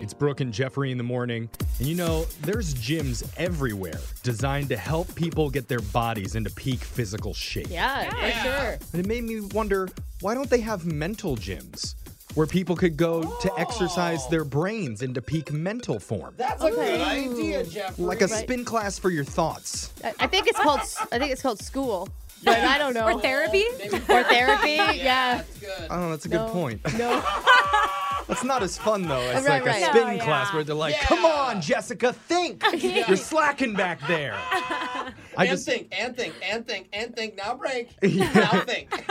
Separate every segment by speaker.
Speaker 1: It's Brooke and Jeffrey in the morning. And you know, there's gyms everywhere designed to help people get their bodies into peak physical shape.
Speaker 2: Yeah, for
Speaker 1: And it made me wonder why don't they have mental gyms where people could go
Speaker 2: Oh.
Speaker 1: to exercise their brains into peak mental form?
Speaker 3: That's a good idea, Jeffrey.
Speaker 1: like a spin class for your thoughts.
Speaker 2: sure. I- I think it's called. I think it's called school, but I don't know.
Speaker 3: Oh.
Speaker 4: Or therapy?
Speaker 2: Or therapy. yeah.
Speaker 3: That's good.
Speaker 1: Oh, that's a
Speaker 2: No.
Speaker 1: good point.
Speaker 2: No.
Speaker 1: That's not as fun though as
Speaker 2: Right,
Speaker 1: like
Speaker 2: right.
Speaker 1: a spin
Speaker 4: No,
Speaker 1: class
Speaker 4: yeah.
Speaker 1: where they're like,
Speaker 3: Yeah.
Speaker 1: "Come on, Jessica, think. You're slacking back there." I
Speaker 3: and
Speaker 1: just
Speaker 3: think, and think, and think, and think. Now break.
Speaker 1: Yeah.
Speaker 3: Now think.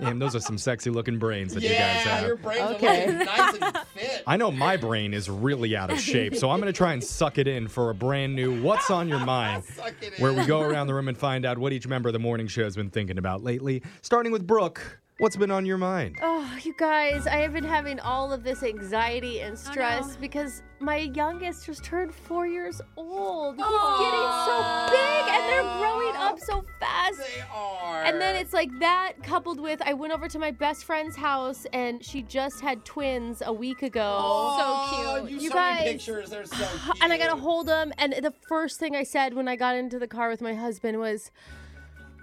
Speaker 1: damn, those are some sexy looking brains that you guys
Speaker 3: yeah,
Speaker 1: have.
Speaker 3: your brains
Speaker 2: Okay.
Speaker 3: are looking nice and fit.
Speaker 1: I know my brain is really out of shape, so I'm going to try and suck it in for a brand new What's on Your Mind,
Speaker 3: Suck it in.
Speaker 1: where we go around the room and find out what each member of the morning show has been thinking about lately. Starting with Brooke, what's been on your mind?
Speaker 2: Oh, you guys, I have been having all of this anxiety and
Speaker 4: no.
Speaker 2: stress because my youngest just turned four years old. He's
Speaker 3: Aw.
Speaker 2: getting so big and they're growing up so fast.
Speaker 3: They are.
Speaker 2: And then it's like that coupled with I went over to my best friend's house and she just had twins a week ago.
Speaker 3: oh,
Speaker 4: so cute.
Speaker 3: You,
Speaker 2: You
Speaker 3: so many
Speaker 2: guys-
Speaker 3: pictures. They're so cute.
Speaker 2: and I got to hold them and the first thing I said when I got into the car with my husband was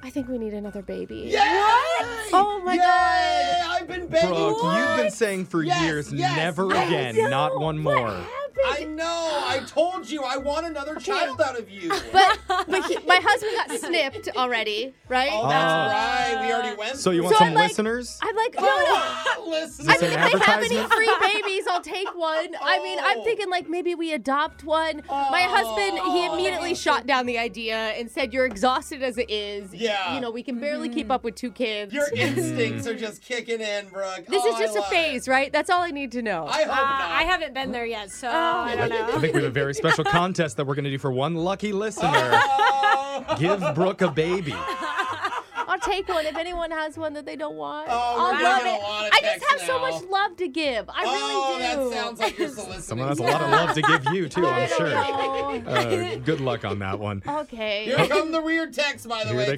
Speaker 2: I think we need another baby.
Speaker 3: Yes!
Speaker 2: Oh my
Speaker 3: Yay!
Speaker 2: God.
Speaker 3: I've been begging.
Speaker 1: Brooke,
Speaker 3: for
Speaker 1: you've
Speaker 3: it.
Speaker 1: been saying for
Speaker 3: Yes,
Speaker 1: years,
Speaker 3: yes,
Speaker 1: never
Speaker 3: I
Speaker 1: again,
Speaker 2: know.
Speaker 1: not one
Speaker 2: What
Speaker 1: more.
Speaker 2: happened?
Speaker 3: I know. I told you. I want another child out of you.
Speaker 2: But, but he, my husband got snipped already, right?
Speaker 3: oh,
Speaker 1: Oh.
Speaker 3: that's right. We already went.
Speaker 1: So you want
Speaker 2: So
Speaker 1: some
Speaker 2: I'm like-
Speaker 1: listeners?
Speaker 2: I'm like, no, no.
Speaker 3: Listen.
Speaker 2: I
Speaker 1: Is this
Speaker 2: mean,
Speaker 1: an
Speaker 2: if they have any
Speaker 1: advertisement?
Speaker 2: free babies, I'll take one. I mean, I'm
Speaker 3: Oh.
Speaker 2: thinking like maybe we adopt one. My
Speaker 3: Oh.
Speaker 2: husband, he immediately shot down the idea and said, "You're exhausted as it is.
Speaker 3: Yeah.
Speaker 2: you know, we can barely keep up with two kids.
Speaker 3: Your instincts are just kicking in, Brooke.
Speaker 2: this
Speaker 3: Oh,
Speaker 2: is
Speaker 3: I
Speaker 2: just a
Speaker 3: love it.
Speaker 2: phase, right? That's all I need to know.
Speaker 3: I hope
Speaker 4: Uh,
Speaker 3: not.
Speaker 4: I haven't been there yet, so I don't
Speaker 1: I
Speaker 4: know.
Speaker 1: think we have a very special contest that we're going to do for one lucky listener.
Speaker 3: Oh,
Speaker 1: Give Brooke a baby.
Speaker 2: I'll take one if anyone has one that they don't want.
Speaker 3: Oh, we're
Speaker 2: I'll love
Speaker 3: getting a
Speaker 2: it.
Speaker 3: lot of
Speaker 2: I just
Speaker 3: texts
Speaker 2: have so
Speaker 3: now.
Speaker 2: much love to give. I
Speaker 3: oh,
Speaker 2: really do.
Speaker 3: that sounds like you're soliciting.
Speaker 1: Someone has a lot of love to give you, too, I'm
Speaker 2: I
Speaker 1: sure.
Speaker 2: don't know.
Speaker 1: Uh, good luck on that one.
Speaker 2: okay.
Speaker 3: Here come the weird texts, by the
Speaker 1: Here
Speaker 3: way.
Speaker 1: they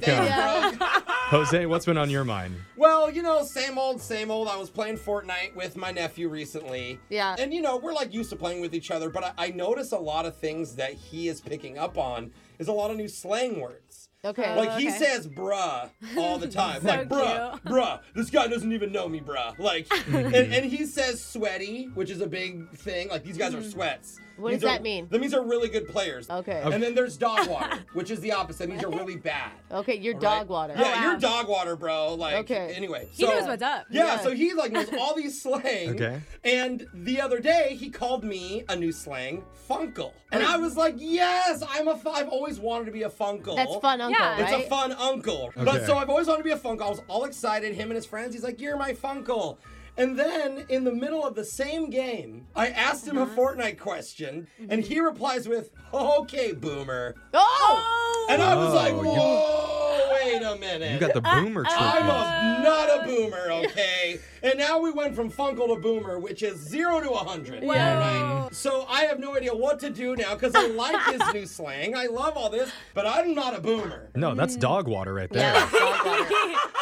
Speaker 2: come.
Speaker 3: Thanks, Brooke.
Speaker 1: Jose, what's been on your mind?
Speaker 3: Well, you know, same old, same old. I was playing Fortnite with my nephew recently.
Speaker 2: Yeah.
Speaker 3: And, you know, we're like used to playing with each other, but I, I notice a lot of things that he is picking up on is a lot of new slang words.
Speaker 2: Okay.
Speaker 3: Like he
Speaker 4: Oh, okay.
Speaker 3: says bruh all the time. like bruh,
Speaker 4: cute.
Speaker 3: bruh. This guy doesn't even know me, bruh. Like and, and he says sweaty, which is a big thing. Like these guys
Speaker 4: Mm-hmm.
Speaker 3: are sweats.
Speaker 2: What
Speaker 3: These
Speaker 2: does
Speaker 3: are-
Speaker 2: that mean?
Speaker 3: That means they're really good players.
Speaker 2: Okay.
Speaker 3: And then there's dog water, which is the opposite. It means you're really bad.
Speaker 2: okay, your
Speaker 3: right?
Speaker 2: dog water.
Speaker 3: Yeah,
Speaker 4: wow.
Speaker 3: you're dog water, bro. Like
Speaker 2: Okay.
Speaker 3: anyway.
Speaker 4: He
Speaker 3: so-
Speaker 4: knows what's up.
Speaker 3: Yeah,
Speaker 2: Yeah.
Speaker 3: so he like knows all these slang.
Speaker 1: Okay.
Speaker 3: And the other day he called me a new slang, funkle. And I was like, yes, I'm a f- I've always wanted to be a funkle.
Speaker 2: That's fun, uncle.
Speaker 4: Yeah.
Speaker 3: It's
Speaker 2: right?
Speaker 3: a fun uncle.
Speaker 1: Okay.
Speaker 3: But so I've always wanted to be a funkle. I was all excited. Him and his friends. He's like, "You're my funkle." And then in the middle of the same game, I asked him
Speaker 2: Uh-huh.
Speaker 3: a Fortnite question, and he replies with, "Okay, boomer."
Speaker 2: Oh!
Speaker 3: And I was like,
Speaker 1: Oh, you-
Speaker 3: "Whoa, wait a minute."
Speaker 1: You got the boomer treatment.
Speaker 3: I'm a, not a boomer, okay? and now we went from Funkle to Boomer, which is zero to a 100. all right? So I have no idea what to do now because I like his new slang. I love all this, but I'm not a boomer.
Speaker 1: no, that's dog water right there. Is
Speaker 2: Yeah, dog water.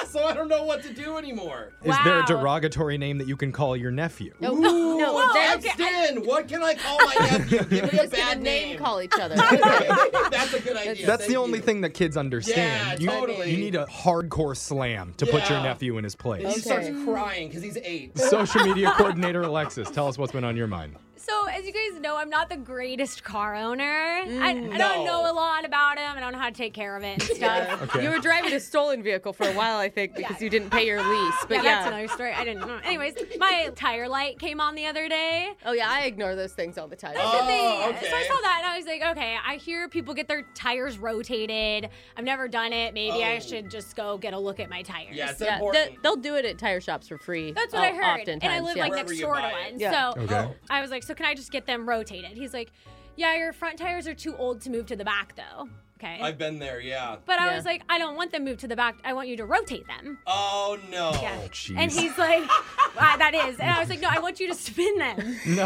Speaker 3: So I don't know what to do anymore.
Speaker 1: there a
Speaker 4: Wow.
Speaker 1: derogatory name that you can call your nephew?
Speaker 3: Oh,
Speaker 2: No,
Speaker 3: Ooh,
Speaker 2: no, that's-
Speaker 3: text in. What can I call my nephew? Give me
Speaker 2: We're
Speaker 3: a
Speaker 2: just gonna
Speaker 3: bad
Speaker 2: name, call each other.
Speaker 3: That's a good idea.
Speaker 1: That's the
Speaker 3: Thank
Speaker 1: only
Speaker 3: you.
Speaker 1: thing that kids understand.
Speaker 3: Yeah,
Speaker 1: you,
Speaker 3: totally.
Speaker 1: you need a hardcore slam to put your
Speaker 3: Yeah.
Speaker 1: nephew in his
Speaker 3: And he
Speaker 1: place.
Speaker 3: starts
Speaker 2: Okay.
Speaker 3: crying because he's eight.
Speaker 1: Social media coordinator Alexis, tell us what's been on your mind.
Speaker 4: So, as you guys know, I'm not the greatest car owner. I, I
Speaker 3: No.
Speaker 4: don't know a lot about him. I don't know how to take care of it and stuff.
Speaker 1: Okay.
Speaker 2: You were driving a stolen vehicle for a while, I think, because you didn't pay your lease. But
Speaker 4: yeah,
Speaker 2: yeah.
Speaker 4: that's another story. I didn't know. Anyways, my tire light came on the other day.
Speaker 2: oh yeah, I ignore those things all the time.
Speaker 3: Oh,
Speaker 4: So they-
Speaker 3: okay.
Speaker 4: So I saw that and I was like, okay, I hear people get their tires rotated. I've never done it. Maybe I
Speaker 3: Oh.
Speaker 4: should just go get a look at my tires.
Speaker 3: Yeah, it's
Speaker 2: Yeah,
Speaker 3: important.
Speaker 2: th- they'll do it at tire shops for free.
Speaker 4: That's what
Speaker 2: o-
Speaker 4: I heard.
Speaker 2: Oh, Oftentimes,
Speaker 4: and I live
Speaker 2: yeah.
Speaker 4: like
Speaker 3: Wherever
Speaker 4: next
Speaker 3: you
Speaker 4: door to
Speaker 3: buy it.
Speaker 4: one.
Speaker 2: Yeah.
Speaker 4: So
Speaker 1: Okay.
Speaker 4: I was like, so can I just get them rotated? He's like, yeah, your front tires are too old to move to the back though. Okay.
Speaker 3: I've been there, yeah.
Speaker 4: but I
Speaker 2: Yeah.
Speaker 4: was like, I don't want them moved to the back. I want you to rotate them.
Speaker 3: Oh no.
Speaker 4: Yeah.
Speaker 1: jeez.
Speaker 4: and he's like, "Ah, that is. And I was like, no, I want you to spin them. I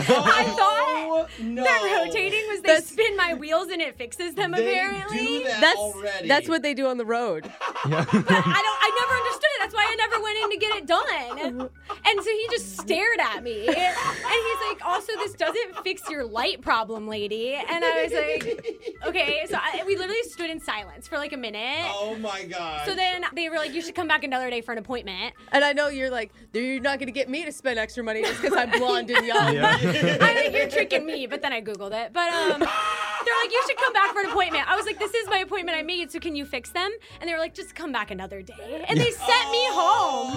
Speaker 3: Oh,
Speaker 4: thought
Speaker 3: no.
Speaker 4: that rotating was they
Speaker 2: That's-
Speaker 4: spin my wheels and it fixes them
Speaker 3: They
Speaker 4: apparently.
Speaker 3: do that
Speaker 2: That's
Speaker 3: already.
Speaker 2: that's what they do on the road.
Speaker 4: But I don't I never understood it. That's why I never went in to get it done. And so he just stared at me. And he's like, also this doesn't fix your light problem, lady. And I was like, okay. So I, we literally stood in silence for like a minute.
Speaker 3: Oh my god.
Speaker 4: So then they were like, you should come back another day for an appointment.
Speaker 2: And I know you're like, you're not gonna get me to spend extra money just because I'm blonde and young.
Speaker 4: I think you're tricking me, but then I googled it. But um, they're like, you should come back for an appointment. I was like, this is my appointment I made, so can you fix them? And they were like, just come back another day. And they sent me home.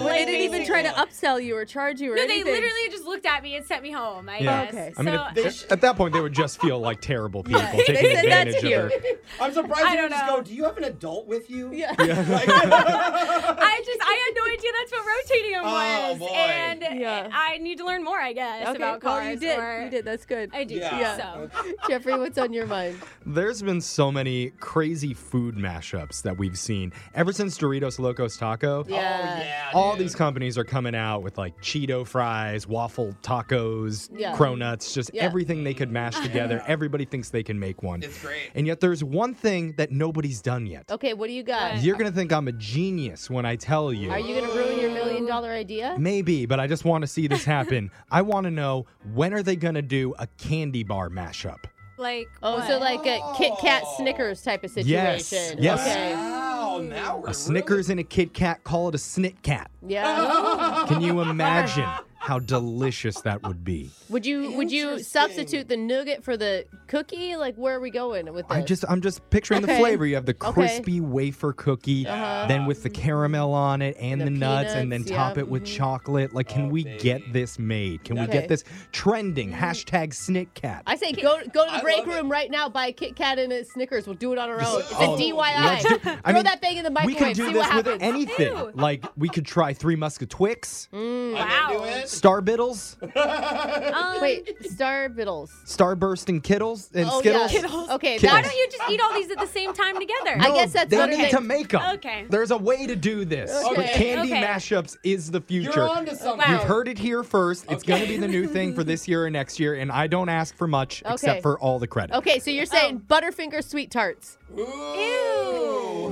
Speaker 3: Oh.
Speaker 2: Well, they
Speaker 4: like,
Speaker 2: didn't even try to upsell you or charge you or
Speaker 4: No, they
Speaker 2: anything.
Speaker 4: literally just looked at me and sent me home. I
Speaker 1: Yeah.
Speaker 4: guess.
Speaker 2: Okay.
Speaker 1: I mean,
Speaker 4: so
Speaker 1: at,
Speaker 3: They
Speaker 1: at-
Speaker 3: sh-
Speaker 1: at that point, they would just feel like terrible people
Speaker 2: they
Speaker 1: taking
Speaker 2: said that's
Speaker 1: advantage of her.
Speaker 3: I'm surprised
Speaker 4: I
Speaker 3: you
Speaker 4: don't
Speaker 3: just
Speaker 4: know.
Speaker 3: go, do you have an adult with you?
Speaker 2: Yeah.
Speaker 4: I just I had no idea that's what rotating them
Speaker 3: Oh,
Speaker 4: was,
Speaker 3: boy.
Speaker 4: and
Speaker 2: Yeah.
Speaker 4: I need to learn more, I guess,
Speaker 2: Okay,
Speaker 4: about
Speaker 2: well,
Speaker 4: cars.
Speaker 2: you did.
Speaker 4: or-
Speaker 2: You did. That's good.
Speaker 4: I do.
Speaker 3: Yeah.
Speaker 2: Yeah.
Speaker 4: So
Speaker 2: Jeffrey, what's on your mind?
Speaker 1: Oh, There's been so many crazy food mashups that we've seen ever since Doritos Locos Taco.
Speaker 3: Oh
Speaker 2: Yeah.
Speaker 3: yeah.
Speaker 1: All
Speaker 3: dude.
Speaker 1: these companies are coming out with like Cheeto fries, waffle tacos,
Speaker 2: Yeah.
Speaker 1: cronuts, just
Speaker 2: Yeah.
Speaker 1: everything they could mash together. Everybody thinks they can make one.
Speaker 3: It's great.
Speaker 1: And yet there's one thing that nobody's done yet.
Speaker 2: Okay, what do you got?
Speaker 1: You're going to think I'm a genius when I tell you.
Speaker 2: Are you gonna ruin your million dollar idea?
Speaker 1: Maybe, but I just want to see this happen. I want to know when are they going to do a candy bar mashup?
Speaker 4: like.
Speaker 2: Oh,
Speaker 4: what?
Speaker 2: so like a Kit Kat
Speaker 3: Oh.
Speaker 2: Snickers type of
Speaker 1: Yes,
Speaker 2: situation.
Speaker 1: yes.
Speaker 2: Okay.
Speaker 3: Wow, now we're
Speaker 1: A Snickers and a Kit Kat, call it a Snit Cat.
Speaker 2: Yeah.
Speaker 1: Can you imagine how delicious that would be?
Speaker 2: Would you would you
Speaker 3: Interesting.
Speaker 2: substitute the nougat for the cookie? Like where are we going with this?
Speaker 1: I just I'm just picturing the
Speaker 2: Okay.
Speaker 1: flavor. You have the
Speaker 2: Okay. Uh-huh.
Speaker 1: crispy wafer cookie, then with the caramel on it and the,
Speaker 2: The
Speaker 1: nuts, and then
Speaker 2: peanuts,
Speaker 1: top
Speaker 2: yeah.
Speaker 1: it with chocolate. Like, can
Speaker 3: Oh,
Speaker 1: we
Speaker 3: baby.
Speaker 1: get this made? Can we
Speaker 2: Okay. Mm-hmm.
Speaker 1: get this trending? Hashtag Snitcat.
Speaker 2: I say go go to the
Speaker 3: I
Speaker 2: break
Speaker 3: love it.
Speaker 2: room right now, buy a Kit Kat and a Snickers. We'll do it on our own. It's a
Speaker 3: Oh,
Speaker 2: DIY.
Speaker 1: let's do- I
Speaker 2: Throw
Speaker 1: mean,
Speaker 2: that thing in the
Speaker 1: we
Speaker 2: microwave.
Speaker 1: could do
Speaker 2: see
Speaker 1: this
Speaker 2: what
Speaker 1: with
Speaker 2: happens.
Speaker 1: anything.
Speaker 4: Ew.
Speaker 1: Like, we could try Three Musket Twix,
Speaker 2: Mm.
Speaker 3: I'm
Speaker 4: Wow.
Speaker 3: into it.
Speaker 1: Star Biddles,
Speaker 4: Um,
Speaker 2: Wait, Star Biddles.
Speaker 1: Starburst and Kittles and
Speaker 2: Oh, yeah.
Speaker 1: Skittles.
Speaker 2: Skittles. Okay,
Speaker 4: Why
Speaker 1: Kittles.
Speaker 4: don't you just eat all these at the same time together?
Speaker 2: I guess that's
Speaker 1: they
Speaker 2: better
Speaker 1: need
Speaker 2: than-
Speaker 1: to make them.
Speaker 4: Okay.
Speaker 1: There's a way to do this. But
Speaker 2: Okay.
Speaker 1: candy
Speaker 4: Okay.
Speaker 1: mashups is the future.
Speaker 3: You're on to something.
Speaker 1: You've heard it here first. It's going to be the new thing for this year and next year, and I don't ask for much
Speaker 2: Okay.
Speaker 1: except for all the credit.
Speaker 2: Okay, so you're saying
Speaker 1: Oh.
Speaker 2: Butterfinger sweet tarts.
Speaker 4: Ew.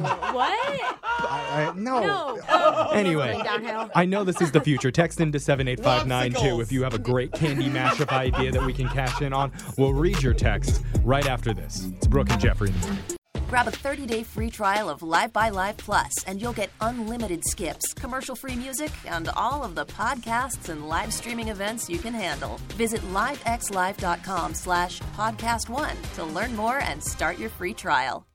Speaker 4: what?
Speaker 1: I- I- no.
Speaker 4: No.
Speaker 1: Anyway,
Speaker 4: Going downhill.
Speaker 1: I know this is the future. Text into 78592
Speaker 3: Popsicles.
Speaker 1: if you have a great candy mashup idea that we can cash in on. We'll read your text right after this. It's Brooke and Jeffrey in the morning.
Speaker 5: Grab a 30-day free trial of Live by Live Plus, and you'll get unlimited skips, commercial-free music, and all of the podcasts and live streaming events you can handle. Visit livexlive.com slash podcast one to learn more and start your free trial.